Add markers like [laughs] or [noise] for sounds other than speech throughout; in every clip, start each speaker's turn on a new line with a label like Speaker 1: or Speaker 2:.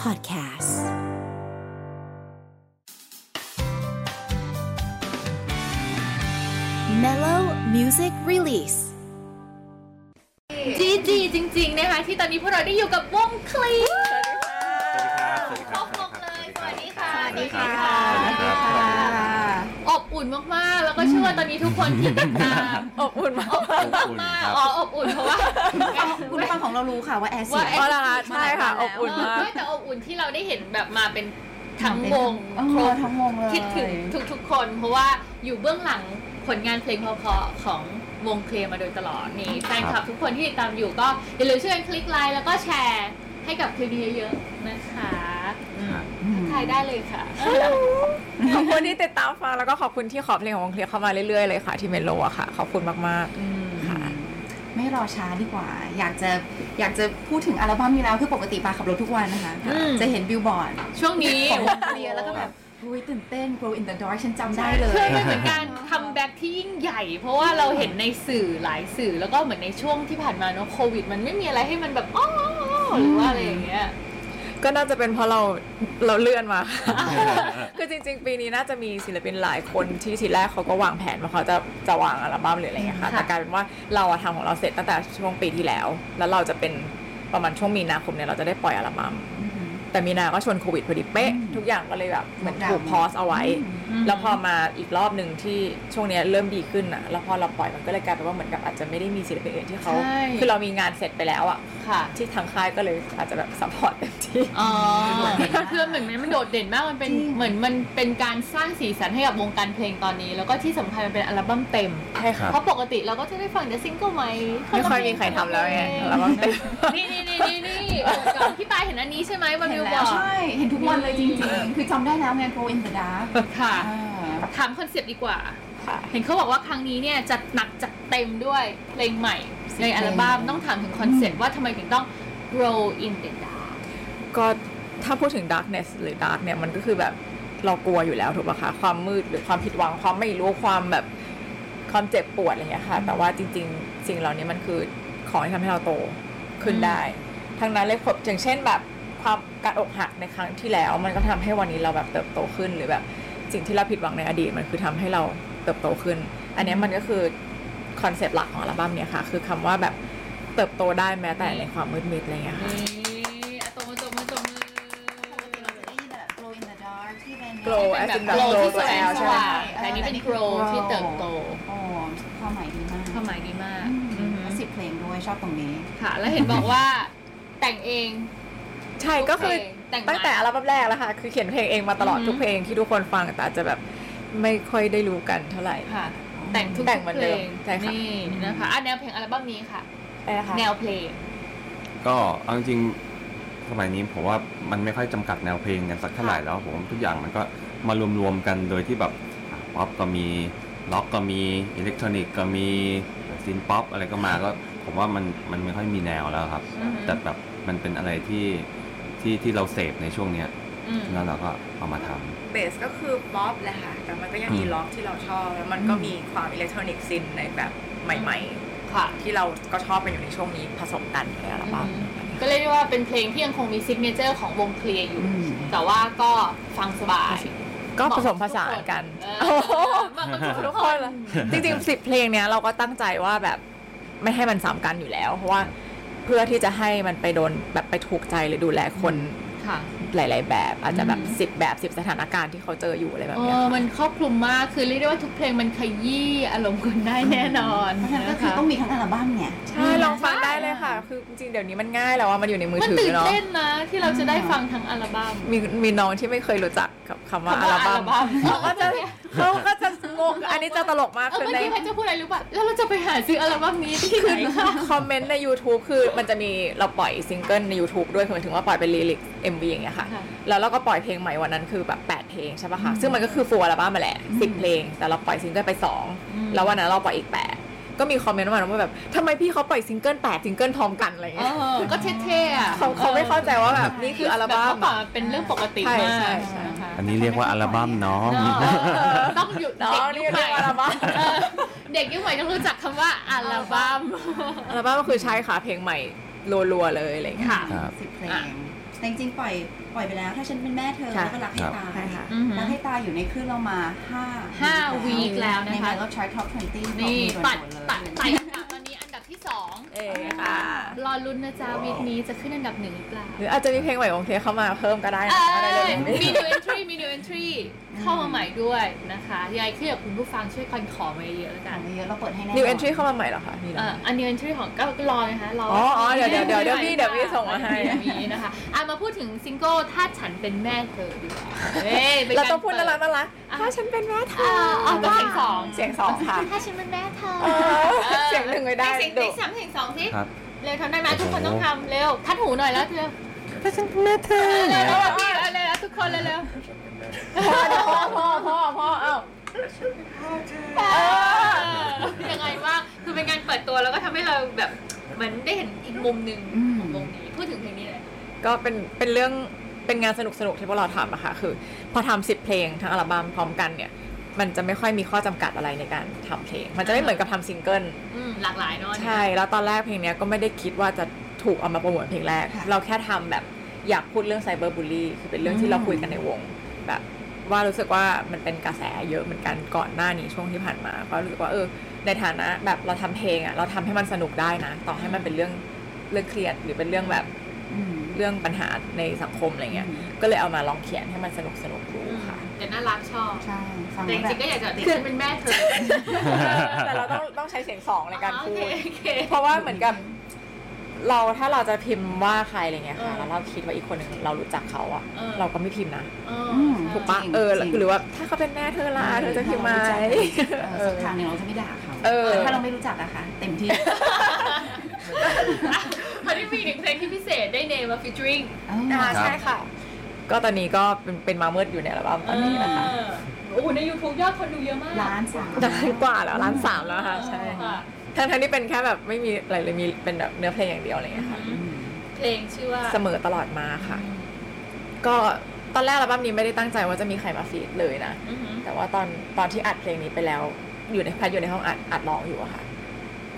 Speaker 1: Podcast Mellow Music Release
Speaker 2: จีจีจริง ๆ นะคะ ที่ตอนนี้พวกเราได้อยู่กับวงคลี
Speaker 3: สวัสดีครับ ส
Speaker 2: ครอว
Speaker 3: วัสดีครับบ
Speaker 2: งเลยสวัสดีค่ะ
Speaker 3: สวัสดีครับสวัสดีครับ
Speaker 2: อบอุ่นมากๆ แล้วก็เชื่อว่าตอนนี้ทุกคนที่ติดตาม
Speaker 4: อบอุ่นมาก
Speaker 3: อบอุ่น
Speaker 2: มา
Speaker 3: ครั
Speaker 2: อ๋อบ อบอุ่นเพราะว่า
Speaker 1: คุณฟังของเรารู้ค่ะว่าแอร์เสี
Speaker 2: ว่าย แอ
Speaker 4: เพราะ
Speaker 2: น
Speaker 4: ละคะใช่ค่ะอบอุ่นมาก
Speaker 2: ไม่แต่อบอุ่นที่เราได้เห็นแบบมาเป็นทั้งวง
Speaker 1: เออทั้งวงเลย
Speaker 2: คิดถึงทุกๆคน เพราะว่าอยู่เบื้องหลังผลงานเพลงเพอๆของวงเคลียร์มาโดยตลอดนี่แฟนคลับทุกคนที่ติดตามอยู่ก็อย่าลืมช่วยกันคลิกไลค์แล้วก็แชร์ให้กับคลิปนี้เยอะๆนะคะถ่ายได้เลยค่ะ
Speaker 4: ขอบคุณที่ติดตามฟังแล้วก็ขอบคุณที่ขอเพลงของวงเคลียร์เข้ามาเรื่อยๆเลยค่ะ ที่เมโลอะค่ะ ขอบคุณมากๆค่ะ
Speaker 1: ไม่รอช้าดีกว่า อยากจะอยากจะพูดถึงอัลบั้มนี้แล้วคือปกติปาขับรถทุกวันนะคะ
Speaker 2: อืม
Speaker 1: จะเห็นบิลบอร์ด
Speaker 2: ช่วงนี้
Speaker 1: ของวงเคลียร์แล้วก็แบบอุ้ยตื่นเต้น Grow in the Dark ฉันจำได้เลย
Speaker 2: เพื่อเป็นเหมือนการคัมแบ็กที่ยิ่งใหญ่ เพราะว่าเราเห็นในสื่อหลายสื่อแล้วก็เหมือนในช่วงที่ผ่านมาเนอะโควิด มันไม่มีอะไรให้มันแบบอ้อหรือว่าอะไรอย่างเงี้ย
Speaker 4: ก็น่าจะเป็นเพราะเราเราเลื่อนมา [laughs] คือจริง ๆ ปีนี้น่าจะมีศิลปินหลายคนที่ทีแรกเขาก็วางแผนว่าเขาจะจะวางอัลบั้มหรืออะไรอย่างเงี้ยค่ะ
Speaker 2: ค่ะ
Speaker 4: แต่กลายเป็นว่าเราอะทำของเราเสร็จตั้งแต่ช่วงปีที่แล้ว แล้วเราจะเป็นประมาณช่วงมีนาคมเนี่ยเราจะได้ปล่อยอัลบั้มแต่มีนาก็ชวนโควิดพอดีเป๊ะทุกอย่างก็เลยแบบเหมือนถูกพอสเอาไว้ แล้วพอมาอีกรอบหนึ่งที่ช่วงเนี้ยเริ่มดีขึ้นอ่ะ แล้วพอเราปล่อยมันก็เลยกลายเป็นว่าเหมือนกับอาจจะไม่ได้มีศิลปินอื่นที่เขา
Speaker 2: ใช่
Speaker 4: คือเรามีงานเสร็จไปแล้วอ่ะ
Speaker 2: ค่ะ
Speaker 4: ที่ทางค่ายก็เลยอาจจะแบบซัพพอร์ตเต็มที่
Speaker 2: อ๋อเพื่อเหมือนมันโดดเด่นมากมันเป็น
Speaker 1: จริง
Speaker 2: เหมือนมันเป็นการสร้างสีสันให้กับวงการเพลงตอนนี้ แล้วก็ที่สำคัญมันเป็นอัลบั้มเต็ม
Speaker 4: ใช่ค่ะ
Speaker 2: เพราะปกติเราก็จะได้ฟังแต่ซิงเกิลใหม่
Speaker 4: ไม่ค่อยมีใครทำแล้วไงเราก็เต็ม
Speaker 2: นี่นี่นี่นี่นี่ก่อนพี่ปายเห็นอันนี้ใช่ไหมบน
Speaker 1: เห็
Speaker 2: วิ
Speaker 1: น
Speaker 2: วบ
Speaker 1: แล้
Speaker 2: อ
Speaker 1: ว
Speaker 2: ร์ด
Speaker 1: ใช่ เห็นทุกวันเลยจริงๆ คือจำได้แล้วไง Grow in the Dark
Speaker 2: ค่ะ
Speaker 1: อ่า
Speaker 2: ถามคอนเซปต์ดีกว่า
Speaker 4: ค่ะ
Speaker 2: เห็นเขาบอกว่าครั้งนี้เนี่ยจัดหนักจัดเต็มด้วยเพลงใหม่ ในอัลบั้มต้องถามถึงคอนเซปต์ว่าทำไมถึงต้อง grow in the dark
Speaker 4: ก็ถ้าพูดถึง darkness หรือ dark เนี่ยมันก็คือแบบเรากลัวอยู่แล้วถูกปะคะความมืดหรือความผิดหวังความไม่รู้ความแบบความเจ็บปวดอะไรอย่างเงี้ยค่ะ แต่ว่าจริงๆ สิ่งเหล่านี้มันคือของที่ทำให้เราโตขึ้นได้ ทั้งนั้นเลยผมอย่างเช่นแบบความการอกหักในครั้งที่แล้ว มันก็ทำให้วันนี้เราแบบเติบโตขึ้น หรือแบบสิ่งที่เราผิดหวังในอดีตมันคือทำให้เราเติบโตขึ้น อันเนี้ยมันก็คือคอนเซปต์หลักของอัลบั้มเนี่ยค่ะ คือคำว่าแบบเติบโตได้แม้แต่ในความมืดมิดอะไรอย่างเงี้ยค่ะ
Speaker 2: นี่อะตบมือตบมือตบมือ
Speaker 1: เราจะได้ยินแบบ glow in the dark ที่เป็น
Speaker 4: glow
Speaker 2: เป็นแบบ
Speaker 4: as in แบบ
Speaker 2: grow
Speaker 4: glow
Speaker 2: ที่
Speaker 4: ตั
Speaker 2: แส
Speaker 4: ว
Speaker 2: ง
Speaker 4: L
Speaker 2: ส
Speaker 4: ใช่ไหม
Speaker 2: ว่าง
Speaker 4: คะ
Speaker 2: แต่อันนี้เป็น grow ที่เติบโต
Speaker 1: โอ้ความหมายดีมาก
Speaker 2: ความหมายดีมาก
Speaker 1: อืม
Speaker 2: อือฮึ
Speaker 1: และสิบเพลงด้วยชอบตรงนี้
Speaker 2: ค่ะ แล้วเห็นบอกว่าแต่งเอง
Speaker 4: ใช่ก็คือ
Speaker 2: แต่ง
Speaker 4: ตั้งแต่อัลบั้มแรกแล้วค่ะ คือเขียนเพลงเองมาตลอดทุกเพลงที่ทุกคนฟังแต่อาจจะแบบไม่ค่อยได้รู้กันเท่าไหร่
Speaker 2: ค่ะ แต่งทุก
Speaker 4: แต่งเหมือน
Speaker 2: เพ
Speaker 4: เดิ
Speaker 2: ล
Speaker 4: ม
Speaker 2: ง
Speaker 4: ใช่ค่ะ
Speaker 2: นี่นะคะอ่ะแนวเพลงอัลบั้มนี้ค่ะ
Speaker 4: นะคะ
Speaker 2: แนวเพลง
Speaker 3: ก็เอาจริงๆสมัยนี้ผมว่ามันไม่ค่อยจำกัดแนวเพลงกันสักเท่าไหร่แล้วผมว่าทุกอย่างมันก็มารวมๆกันโดยที่แบบอ่ะป๊อปก็มีล็อกก็มีอิเล็กทรอนิกส์ก็มีซินป๊อปอะไรก็มาก็ผมว่ามันมันไม่ค่อยมีแนวแล้วครับ
Speaker 2: อือฮึ
Speaker 3: แต่แบบมันเป็นอะไรที่ที่ที่เราเสพในช่วงเนี้ย
Speaker 2: อืม
Speaker 3: แล้วเราก็เอามาทำ
Speaker 4: เบสก็คือป๊อปแหละค่ะ แต่มันก็ยังมี
Speaker 3: อืม
Speaker 4: ล็อกที่เราชอบ แล้วมันก็มีความอิเล็กทรอนิกส์ซินในแบบใหม่
Speaker 2: ค่ะ
Speaker 4: ๆ ที่เราก็ชอบกันอยู่ในช่วงนี้ผสมกันในอัลบั้ม
Speaker 2: ก็เรียกได้ว่าเป็นเพลงที่ยังคงมีซิกเนเจอร์ของวงเคลียร์อยู่
Speaker 1: อืม
Speaker 2: แต่ว่าก็ฟังสบาย
Speaker 4: ก็ผสมผสานกัน
Speaker 2: เออเหมาะกับทุ
Speaker 4: ทุ
Speaker 2: ก
Speaker 4: ก
Speaker 2: ค
Speaker 4: คน น
Speaker 2: เล
Speaker 4: เลย ย จริงๆสิบเพลงเนี้ยเราก็ตั้งใจว่าแบบไม่ให้มันซ้ำกันอยู่แล้ว เพราะว่าเพื่อที่จะให้มันไปโดนแบบไปถูกใจหรือดูแลคน
Speaker 2: ค่ะ
Speaker 4: หลาย ๆ แบบอาจจะแบบ
Speaker 2: อืม
Speaker 4: สิบแบบสิบสถานการณ์ที่เขาเจออยู่อะไรแบบ
Speaker 2: เอ
Speaker 4: เนี้ย
Speaker 2: อ
Speaker 4: ค่ะ
Speaker 2: มันครอบคลุมมาก คือเรียกได้ว่าทุกเพลงมันขยี้อารมณ์คนได้แน่นอน
Speaker 1: เพราะฉะนั้นก็
Speaker 2: นะ
Speaker 1: คือ
Speaker 2: คะ
Speaker 1: ต้องมีทั้งอัลบั้มเนี่ย
Speaker 4: ใช่ลองฟังได้เลยค่ะ คือจริงๆเดี๋ยวนี้มันง่ายแล้วว่ามันอยู่ในมือ
Speaker 2: มัน
Speaker 4: ถื
Speaker 2: ตื่
Speaker 4: อน เนาะ
Speaker 2: เต้นนะที่เราจะได้ฟังทั้งอัลบั้ม
Speaker 4: มีมีน้องที่ไม่เคยรู้จักกับคำว่า
Speaker 2: คำ
Speaker 4: อัล
Speaker 2: ว่า
Speaker 4: บั้
Speaker 2: อัล
Speaker 4: ม
Speaker 2: บั้ม
Speaker 4: เขาก็จะเขาก็จะงงอันนี้จะตลกมาก
Speaker 2: เออ
Speaker 4: คือ
Speaker 2: เมื่อ
Speaker 4: ใน
Speaker 2: กี้แพทย์จะพูดอะไรรู้ป่ะแล้วเราจะไปหาซื้ออัลบั้มนี้ที่ไหนคะ
Speaker 4: คอมเมนต์ใน YouTube คือมันจะมีเราปล่อยซิงเกิลใน YouTube ด้วยคือหมายถึงว่าปล่อยเป็นลิลิก MV อย่างเงี้ยค่ะ
Speaker 2: ค่ะ
Speaker 4: แล้วเราก็ปล่อยเพลงใหม่วันนั้นคือแบบ 8 เพลงใช่ป่ะคะ ซึ่งมันก็คือฟูลอัลบั้มมาแหละ 10 เพลง แต่เราปล่อยซิงเกิลไป 2 แล้ววันนั้นเราปล่อยอีก 8 ก็มีคอมเมนต์มาว่าแบบทำไมพี่เขาปล่อยซิงเกิล8ซิงเกิลพร้อมกันอะไร
Speaker 2: เอ
Speaker 4: เงี้ย
Speaker 2: อก็เท่ๆอ่ะ
Speaker 4: เขาเขาไม่เข้าใจว่าแบบนี่คืออัลบั้ม
Speaker 2: แบบเมื่อก่อน
Speaker 4: อะ
Speaker 2: เป็นเรื่องปกติ
Speaker 4: ใช่
Speaker 2: มาก
Speaker 4: ใช่
Speaker 2: นะคะ
Speaker 3: อันนี้เรียกว่าอัลบั้มน้อง
Speaker 2: เออต้องหยุด
Speaker 4: น้อ
Speaker 2: เด็กยุ
Speaker 4: ง
Speaker 2: คให
Speaker 4: นี่เรีย
Speaker 2: ม่
Speaker 4: กว่าอัลบั้ม
Speaker 2: เออเด็กยุคใหม่ต้องรู้จักคำว่าอัลบั้ม
Speaker 4: อัลบั้มก็คือใช่ค่ะเพลงใหม่รัวๆเลยอะไรเงี้ย
Speaker 2: ค่ะ
Speaker 3: ครับ
Speaker 1: สิบเพล
Speaker 2: อ่ะ
Speaker 1: ง แต่จริงๆปล่อยปล่อยไปแล้ว ถ้าฉันเป็นแม่เธอ
Speaker 4: ค่ะ
Speaker 1: แล้วก็รักให้ตาย
Speaker 4: ใช่ค่ะ
Speaker 2: อือหือ
Speaker 1: รักให้ตายอยู่ในคลื่นเรามาห้า
Speaker 2: ห้าวีคแล้วนะคะ
Speaker 1: ในงานก็ chart top 20
Speaker 2: นี่
Speaker 1: ของ
Speaker 2: ตัด
Speaker 1: มี
Speaker 2: ตัด
Speaker 1: ด่วนๆเลย
Speaker 2: ไต่อันดับตอนนี้อันดับที่สอง
Speaker 4: เออค่ะ
Speaker 2: รอลุ้นนะจ๊ะวีคนี้จะขึ้นอันดับหนึ่งหรือเปล่า
Speaker 4: หรืออาจจะมีเพลงใหม่ของเทเข้ามาเพิ่มก็ได้
Speaker 2: เอ
Speaker 4: นะคะในเร็ว้
Speaker 2: ย
Speaker 4: ๆนี้
Speaker 2: มี new entry มี new entry เข้ามาใหม่ด้วยนะคะยายเครียดคุณผู้ฟังช่วยกันขอมาเยอะๆแล้วกั
Speaker 1: ต่าน งเยอะเราเปิดให้แน่
Speaker 4: new entry เข้ามาใหม่เหรอคะมีเหร
Speaker 2: เอ่
Speaker 4: อ
Speaker 2: ออัน new entry ของก็รอนะคะรอ
Speaker 4: อ๋ออ๋อเดี๋ยวเดี๋ยวเดี๋ยวเดี๋ยวพี่เดี๋ยวพี่ส่งมาให้
Speaker 2: เดี๋ยวมีนะคะอ่ะมาพูดถึงซิงเกิลถ้าฉันเป็นแม่เธอดีกว่าเอ้ยป็นก
Speaker 4: เราต้องพูดน่ารักน่ารัก
Speaker 2: ะ
Speaker 4: ถ้าฉันเป็นแม่เธ
Speaker 2: เอ
Speaker 4: อ
Speaker 2: อเอาก็เสียงสอง
Speaker 4: เสียงสองค่ะ
Speaker 2: ถ้าฉันเป็นแม่เธอ
Speaker 4: เออเสียงหนึ่งไม่ได้
Speaker 2: เสียง
Speaker 4: ดุ
Speaker 2: เสียงสามเสียงสองสิ
Speaker 3: ครับ
Speaker 2: เร็วทำได้ไหมทุกคนต้องทำเร็วคัดหูหน่อยแล้วเธอ
Speaker 3: ถ้าฉันเป็นแม่เธอ
Speaker 2: เร็วเร็วเร็วเร็วเร็วทุกคนเร็วเร็ว
Speaker 4: พ่อพ่อพ่อพ่อพ่อเอ้า
Speaker 2: เออยังไงว่างคือเป็นการเปิดตัวแล้วก็ทำให้เราแบบเหมือนได้เห็นอีกมุมหนึ่ง
Speaker 1: อืม
Speaker 2: ของวงนี้พูดถึงเพลงนี้เลย
Speaker 4: ก็เป็นเป็นเรื่องเป็นงานสนุกสนุกๆที่พวกเราทำอะค่ะคือ พอทำสิบเพลงทั้งอัลบั้มพร้อมกันเนี่ย มันจะไม่ค่อยมีข้อจำกัดอะไรในการทำเพลง มันจะไม่เหมือนกับทำซิงเกิล
Speaker 2: อืมหลากหลายเนาะ
Speaker 4: ใช่ แล้วตอนแรกเพลงเนี้ยก็ไม่ได้คิดว่าจะถูกเอามาโปรโมทเพลงแรก
Speaker 1: ค่ะ
Speaker 4: เราแค่ทำแบบอยากพูดเรื่องไซเบอร์บูลลี่คือเป็นเรื่อง
Speaker 1: อื
Speaker 4: ที่
Speaker 1: ม
Speaker 4: เราคุยกันในวง แบบว่ารู้สึกว่ามันเป็นกระแสเยอะเหมือนกันก่อนหน้านี้ช่วงที่ผ่านมาก็รู้สึกว่าเออในฐานะแบบเราทำเพลงอะเราทำให้มันสนุกได้นะ ต่อให้มันเป็นเรื่องเรื่องเครียดหรือเป็นเรื่องแบบ
Speaker 1: อืม
Speaker 4: เรื่องปัญหาในสังคมอะไรเงี้ย
Speaker 1: อืม
Speaker 4: ก็เลยเอามาลองเขียนให้มันสนุกสนุกๆดู
Speaker 2: อืม
Speaker 4: ค่ะ
Speaker 2: แต่น่ารักชอบ
Speaker 1: ใช่ฟัง
Speaker 2: แต่จริงๆก็อยากจะคือเป็นแม่เธอ
Speaker 4: แต่เราต้องต้องใช้เสียงสองในการ
Speaker 2: อ๋อโอ
Speaker 4: พู
Speaker 2: เค
Speaker 4: ด
Speaker 2: โอเค
Speaker 4: [laughs] เพราะว่าเหมือนกับเราถ้าเราจะพิมพ์ว่าใครอะไรเงี้ยค่ะ
Speaker 2: เออ
Speaker 4: แล้วเราคิดว่าอีกคนหนึ่งเรารู้จักเขาอะ
Speaker 2: เออ
Speaker 4: เราก็ไม่พิมพ์นะ
Speaker 2: อ๋อใช่
Speaker 4: ถูกปะ
Speaker 1: จริง
Speaker 4: เออ
Speaker 1: จริง
Speaker 4: หรือว่าถ้าเขาเป็นแม่เธอล่ะเธอจะพิมพ์ไหม
Speaker 1: เออสักทางหนึ่งเราจะไม่ด่าเขา
Speaker 4: เออ
Speaker 1: แต่ถ้าเราไม่รู้จักอะค่ะ เต็มที่
Speaker 2: เขาได้มีหนึ่งเพลงที่พิเศษได้เนมว่าฟิชริง
Speaker 4: อ่าใช่ค่ะ ก็ตอนนี้ก็เป็นเป็นมาเมืดอยู่ในอัลบั้มตอนนี้นะคะ
Speaker 2: โอ้โหใน YouTube ยอดคนดูเยอะมาก
Speaker 1: ล้านสาม
Speaker 4: ล้านกว่าแล้วล้านสามแล้วค่ะใช่
Speaker 2: ค่ะ
Speaker 4: ทั้งๆที่เป็นแค่แบบไม่มีอะไรเลยมีเป็นแบบเนื้อเพลงอย่างเดียวอะไรเงี้ยค่ะ
Speaker 2: เพลงชื่อว่า
Speaker 4: เสมอตลอดมาค่ะ ก็ตอนแรกอัลบั้มนี้ไม่ได้ตั้งใจว่าจะมีใครมาฟีดเลยนะ
Speaker 2: อือหือ
Speaker 4: แต่ว่าตอนตอนที่อัดเพลงนี้ไปแล้ว อยู่ในพัดอยู่ในห้องอัดอัดร้องอยู่อะค่ะ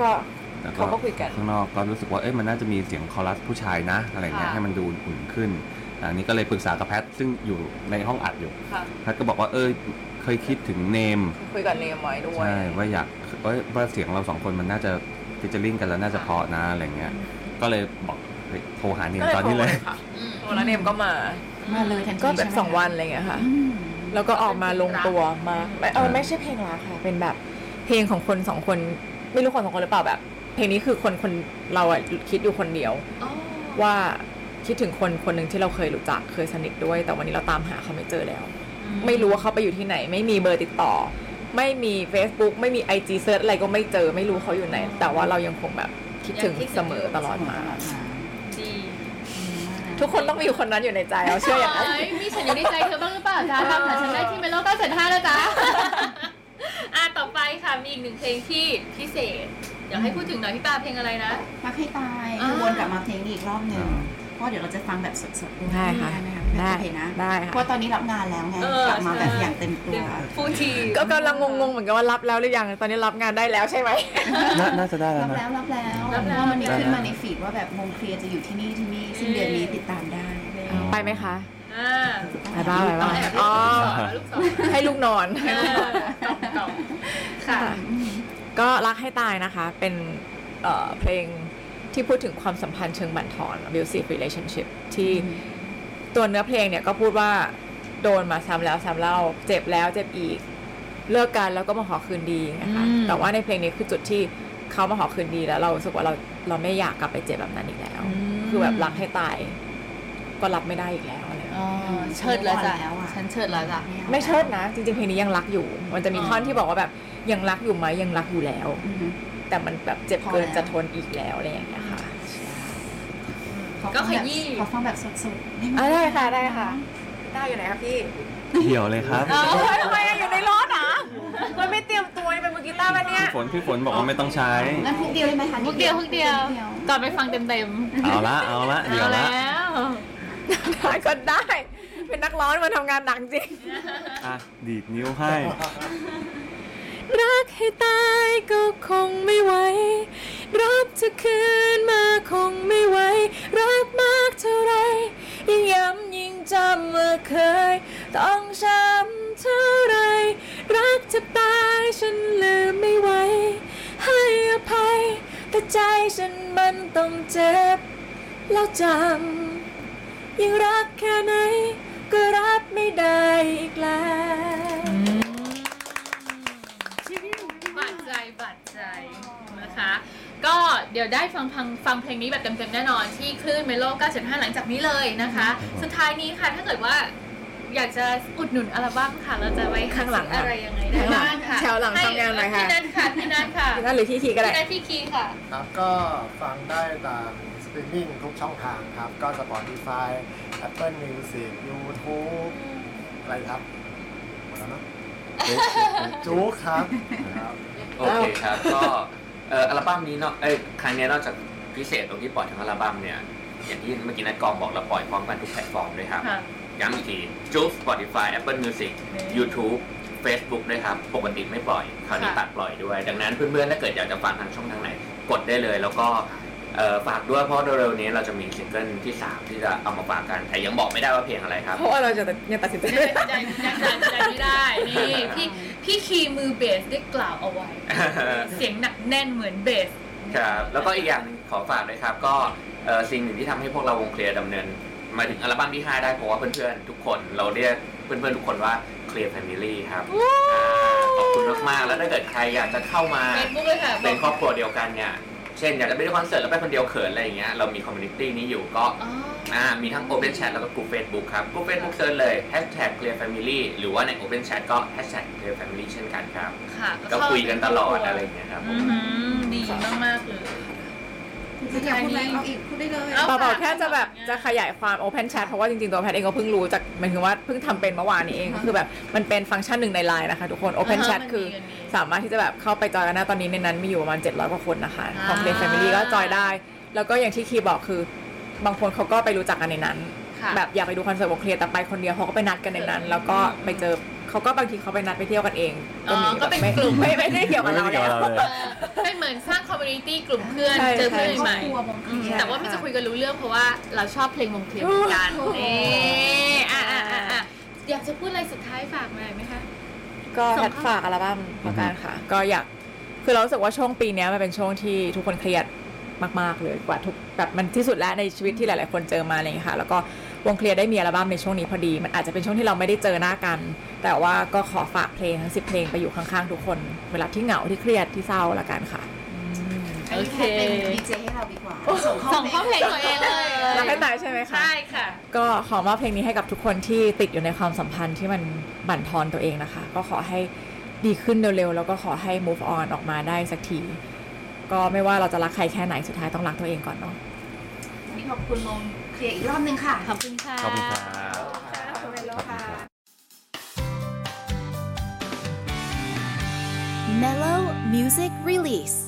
Speaker 4: ก็
Speaker 3: แล้ว
Speaker 4: เขาก็คุยกัน
Speaker 3: ข้างนอกก็รู้สึกว่าเอ้ยมันน่าจะมีเสียงคอรัสผู้ชายนะอะไรเงี้ยให้มันดูอุ่นขึ้นอันนี้ก็เลยปรึกษากับแพทซึ่งอยู่ในห้องอัดอยู่
Speaker 2: ค่ะ
Speaker 3: แพทก็บอกว่าเอ้ยเคยคิดถึงเนม
Speaker 4: คุยกับเนมไว้ด้วย
Speaker 3: ใช่ว่าอยากเอ้ยว่าเสียงเราสองคนมันน่าจะฟิชเชอริงกันแล้วน่าจะเพราะนะอะไรเงี้ยก็เลยบอกเฮ้ยโทรหาเนม
Speaker 4: ก็เลย
Speaker 3: ตอน
Speaker 4: โทร
Speaker 3: นี้
Speaker 4: เล
Speaker 3: เลย
Speaker 4: ยค่ะโทรแล้วเนมก็มา
Speaker 1: มาเลยทันที
Speaker 4: ก็แบบ
Speaker 1: ใช่ไหม
Speaker 4: สองวันอะไรเงี้ยค่ะ
Speaker 1: อืม
Speaker 4: แล้วก็ออกมาลงตัวมาไม่เออ
Speaker 3: ค่ะ
Speaker 4: ไม่ใช่เพลงรักค่ะ เป็นแบบเพลงของคนสองคน ไม่รู้คนสองคนหรือเปล่าแบบ เพลงนี้คือคนคนเราอะคิดอยู่คนเดียว ว่าคิดถึงคนคนหนึ่งที่เราเคยรู้จักเคยสนิทด้วย แต่วันนี้เราตามหาเขาไม่เจอแล้ว ไม่รู้ว่าเขาไปอยู่ที่ไหน ไม่มีเบอร์ติดต่อ ไม่มี Facebook ไม่มี IG เซิร์ชอะไรก็ไม่เจอไม่รู้เขาอยู่ไหน แต่ว่าเรายังคงแบบคิดถึง
Speaker 2: ยังคิดถึง
Speaker 4: เสมอตลอดมา
Speaker 2: ดี
Speaker 4: ทุกคนต้องมีคนนั้นอยู่ในใจ [laughs] เอาเชื่ออย่างนั้น
Speaker 2: เยมีฉันอยู่ในใจเธอบ้างหรือเปล่าจ๊ะทำหาฉันได้ที่เมโล9 5 5แล้วจ๊ะ อ่ะต่อไปค่ะ มีอีกหนึ่งเพลงที่พิเศษ อยากให้พูดถึงหน่อยพี่ปาเพลงอะไรนะ
Speaker 1: รักให้ตาย
Speaker 2: อ่า
Speaker 1: คือวนกลับมาเพลงนี้อีกรอบหนึ่ง
Speaker 3: อ่า
Speaker 1: เพราะเดี๋ยวเราจะฟังแบบสดๆ
Speaker 4: ได้ค่ะ
Speaker 1: ได้ไหมคะ
Speaker 4: ได้
Speaker 1: โอเคนะ
Speaker 4: ได้
Speaker 1: เพ
Speaker 4: ค่ะ
Speaker 1: ราะตอนนี้รับงานแล้วไง
Speaker 2: เออก
Speaker 1: ลับมาแบบ
Speaker 2: ใช่
Speaker 1: อย่างเต็มตัว
Speaker 2: ฟูที
Speaker 4: ก็กำลังงงๆเหมือนกันว่ารับแล้วหรือยังตอนนี้รับงานได้แล้วใช่ไหม
Speaker 3: น่าน่าจะได้แล้
Speaker 1: รั
Speaker 3: ว
Speaker 1: บ
Speaker 3: นะ
Speaker 1: แล้วรับแล้ว
Speaker 2: รับแล้ว
Speaker 1: เพราะมันมีขึ้นมาในฟีดว่าแบบวงเคลียร์จะอยู่ที่นี่ที่นี่สิ้นเดือนนี้ติดตามได้
Speaker 3: อ๋อ
Speaker 4: ไปไหมคะ
Speaker 2: อ่า
Speaker 4: ไปบ้าง
Speaker 2: ต่
Speaker 4: ไป
Speaker 2: อ
Speaker 4: บ้าง
Speaker 2: แอบ
Speaker 4: อ๋อ
Speaker 2: ลูกศรลูกศร
Speaker 4: ให้ลูกนอน
Speaker 2: เออต่อมต่อมค่ะ
Speaker 1: อืม
Speaker 4: ก็รักให้ตายนะคะเป็นเอ่อเพลงที่พูดถึงความสัมพันธ์เชิงบั่นทอน abusive relationship ที่
Speaker 1: อืม
Speaker 4: ตัวเนื้อเพลงเนี่ยก็พูดว่าโดนมาซ้ำแล้วซ้ำเล่าเจ็บแล้วเจ็บอีก เลิกกันแล้วก็มาขอคืนดีนะคะ
Speaker 2: อืม
Speaker 4: แต่ว่าในเพลงนี้คือจุดที่เขามาขอคืนดีแล้วเรารู้สึกว่าเราเราไม่อยากกลับไปเจ็บแบบนั้นอีกแล้ว คือแบบรักให้ตาย ก็รับไม่ได้อีกแล้วอะไรอย่างเงี้ย
Speaker 2: อ๋อเชิดแล้วจ้ะ
Speaker 1: ไม่ไหวแล้วอะ
Speaker 2: ฉันเชิดแล้วจ้ะ
Speaker 4: ไม่เชิดนะ จริงๆเพลงนี้ยังรักอยู่ มันจะมี
Speaker 2: อ๋อ
Speaker 4: ท่อนที่บอกว่าแบบยังรักอยู่ไหมยังรักอยู่แล้ว
Speaker 1: อืม
Speaker 4: แต่มันแบบเจ็บเกิน
Speaker 1: พอแล้ว
Speaker 4: จะทนอีกแล้วอะไรอย่างเงี้ยค่ะ
Speaker 2: ก็ขยี้
Speaker 1: ขอฟังแบบสดๆได้ไหม
Speaker 4: อ่ะได้ค่ะได้ค่ะ ได้อยู่ไหนครับพี่
Speaker 3: เดี่ยวเลยครับ
Speaker 4: เอ้ยทำไมอะอยู่ในรถอ่ะมันไม่เตรียมตัวนี่เป็นมือกีตาร์ป่ะเนี่ย
Speaker 3: พี่ฝนพี่ฝนบอกว่าไม่ต้องใช้
Speaker 1: งั้นพวกเดียวเลยไหมคะ
Speaker 2: พวกเดียวพวกเดียวก่อนไปฟังเต็มเต็ม
Speaker 3: เอาละเอาละ
Speaker 2: ๆ
Speaker 3: เดี๋ยว
Speaker 2: เอา
Speaker 3: ละ
Speaker 2: แล้ว
Speaker 4: ได้ก็ได้ เป็นนักร้องมาทำงานหนักจริง
Speaker 3: อ่ะดีดนิ้วให้
Speaker 4: รักให้ตายก็คงไม่ไหว รับจะคืนมาคงไม่ไหว รักมากเท่าไร ยิ่ง ใจฉันมันต้องเจ็บ แล้วจำยังรักแค่ไหน ก็รับไม่ได้อีกแล้ว
Speaker 2: บาดใจบาดใจนะคะ ก็เดี๋ยวได้ฟังฟังฟังเพลงนี้แบบเต็มๆแน่นอนที่คลื่นเมโล975 หลังจากนี้เลยนะคะ สุดท้ายนี้ค่ะถ้าเกิดว่าอยากจะอุดหนุนอัลบั้มค่ะ เราจะไว้อะไรยังไงได้บ้างค่ะพี่นัทค่ะพี่นัทค่ะ
Speaker 4: นั่นหรือที่ทีก็ได้
Speaker 2: พี่นัทพี่คีค่ะ
Speaker 5: ครับก็ฟังได้ตามสตรีมมิ่งทุกช่องทางครับ ก็ Spotify Apple Music YouTube อะไรครับหมดแล้วเนอะจู๊กครับครับ
Speaker 6: โอเคครับ ก็เอ่ออัลบั้มนี้เนาะเอ้ยครั้งเนี้ยนอกจากพิเศษตรงที่ปล่อยทั้งอัลบั้มเนี่ย อย่างที่เมื่อกี้นัดกองบอกเราปล่อยพร้อมกันทุกแพลตฟอร์มด้วยครับ
Speaker 2: ค่ะ
Speaker 6: ย้ำอีกทีจู๊ก Spotify Apple Music YouTube Facebook ด้วยครับ ปกติไม่ปล่อย คราวนี้
Speaker 2: ค่ะ
Speaker 6: ตัดปล่อยด้วย ดังนั้นเพื่อนๆ ถ้าเกิดอยากจะฟังทางช่องทางไหน กดได้เลย แล้วก็เอ่อฝากด้วยเพราะเร็วๆนี้เราจะมีซิงเกิลที่ 3 ที่จะเอามาฝากกัน แต่ยังบอกไม่ได้ว่าเพลงอะไรครับ
Speaker 4: เพราะว่าเราจะยังตัดสินใจ
Speaker 2: ยัง
Speaker 4: ไม่ได้
Speaker 2: ตัดใจยังตัดใจไม่ได้ นี่พี่พี่คีมือเบสได้กล่าวเอาไว้ เสียงหนักแน่นเหมือนเบส
Speaker 6: ครับแล้วก็อีกอย่างหนึ่งขอฝากด้วยครับ ก็เอ่อสิ่งหนึ่งที่ทำให้พวกเราวงเคลียร์ดำเนิน มาถึงอัลบั้มที่ 5 ได้เพราะว่าเพื่อนๆ ทุกคนเราเรียกเพื่อนๆ ทุกคนว่าเคลียร์แฟมิลี่ครับอ่าขอบคุณมากๆ แล้วถ้าเกิดใครอยากจะเข้ามา
Speaker 2: เฟซบุ๊กเลยค่ะ
Speaker 6: เป็นครอบครัวเดียวกันเนี่ย เช่นอยากจะไปดูคอนเสิร์ตแล้วไปคนเดียวเขินอะไรอย่างเงี้ยเรามีคอมมูนิตี้นี้อยู่ก็
Speaker 2: อ๋อ
Speaker 6: อ่ามีทั้ง Open Chat แล้วก็กลุ่ม Facebook ครับกลุ่ม Facebook เซิร์ชเลย hashtag clear family หรือว่าใน Open Chat ก็ hashtag clear family เช่นกันครับ
Speaker 2: ค่ะ
Speaker 6: ก็
Speaker 2: เข้า
Speaker 6: คุยกันตลอดอะไรอย่างเงี้ยครับผม
Speaker 2: อือหือดีมาก ๆ เลย
Speaker 1: จะอยากพูดอะไรเอาอีกพูดได้เลย
Speaker 2: เอา
Speaker 4: [laughs] เปล่าๆแค่จะแบบจะขยายความ Open Chat เพราะว่าจริงๆ ตัวแพทเองก็เพิ่งรู้จากหมายถึงว่าเพิ่งทำเป็นเมื่อวานนี้เองก็คือแบบมันเป็นฟังก์ชันหนึ่งในไลน์นะคะทุกคน Open
Speaker 2: อ่าฮะ
Speaker 4: Chat
Speaker 2: มันมี
Speaker 4: คือ
Speaker 2: มันมี
Speaker 4: สามารถที่จะแบบเข้าไปจอยกันได้ตอนนี้ในนั้นมีอยู่ประมาณ 700 กว่าคนนะคะ
Speaker 2: อ่า
Speaker 4: ของเด็กแฟมิลี่ก็จอยได้ แล้วก็อย่างที่คีย์บอกคือบางคนเขาก็ไปรู้จักกันในนั้น
Speaker 2: ค่ะ
Speaker 4: แบบอยากไปดูคอนเสิร์ตวงเคลียร์แต่ไปคนเดียวเขาก็ไปนัดกันในนั้น แล้วก็ไปเจอเขาก็บางทีเขาไปนัดไปเที่ยวกันเองก็มี
Speaker 2: อ๋อก็เป็น
Speaker 4: ไม่
Speaker 2: กลุ่ม
Speaker 4: ไม่ไม่ได้เกี่ยวกับเรา
Speaker 3: ไม่ได้
Speaker 4: แล้ว
Speaker 3: เกี่ยวกับเราเลย
Speaker 2: เออเป็นเหมือนสร้างคอมมูนิตี้กลุ่มเพื่อน
Speaker 4: ใช่
Speaker 2: เจอเพื่อนใหม่
Speaker 1: ใช่ครอบครัววงเคลียร์
Speaker 2: อืมแต่ว่าไม่จะคุยกันรู้เรื่องเพราะว่าเราชอบเพลงวงเคลียร์เหมือนกัน
Speaker 4: โอ้โห
Speaker 2: นี่อ่ะอ่ะอ่ะอ่ะอยากจะพูดอะไรสุดท้ายฝากมาไหมคะ
Speaker 4: ก็
Speaker 2: ส่ง
Speaker 4: แพ
Speaker 2: เข้า
Speaker 4: ทฝากอัลบั้มประกันค่ะ ก็อยากคือเรารู้สึกว่าช่วงปีเนี้ยมันเป็นช่วงที่ทุกคนเครียดมาก ๆ เลยกว่าทุกแบบมันที่สุดแล้วในชีวิตที่หลาย ๆ คนเจอมาอะไรอย่างเงี้ยค่ะ แล้วก็วงเคลียร์ได้มีอัลบั้มในช่วงนี้พอดี มันอาจจะเป็นช่วงที่เราไม่ได้เจอหน้ากัน แต่ว่าก็ขอฝากเพลงทั้ง 10 เพลงไปอยู่ข้าง ๆ ทุกคน เวลาที่เหงาที่เครียดที่เศร้าละกันค่ะ
Speaker 1: อันนี้แค่เป็นดีเจให้เราดีกว่าส่งเข้า
Speaker 2: ส่งเข้าเพลงตัวเองเลย
Speaker 4: รักกันตายใช่ไหมคะ
Speaker 2: ใช่ค่ะ
Speaker 4: ก็ขอมอบเพลงนี้ให้กับทุกคนที่ติดอยู่ในความสัมพันธ์ที่มันบั่นทอนตัวเองนะคะ ก็ขอให้ดีขึ้นเร็วๆ แล้วก็ขอให้ move on ออกมาได้สักที ก็ไม่ว่าเราจะรักใครแค่ไหนสุดท้ายต้องรักตัวเองก่อนเนาะ
Speaker 1: วันนี้ขอบคุณวงเคลียร์อีกรอบนึงค่ะ
Speaker 2: ขอบคุณค่ะ
Speaker 3: ขอบคุณครับ
Speaker 1: คุณเวโลค่ะ
Speaker 7: Mellow Music Release.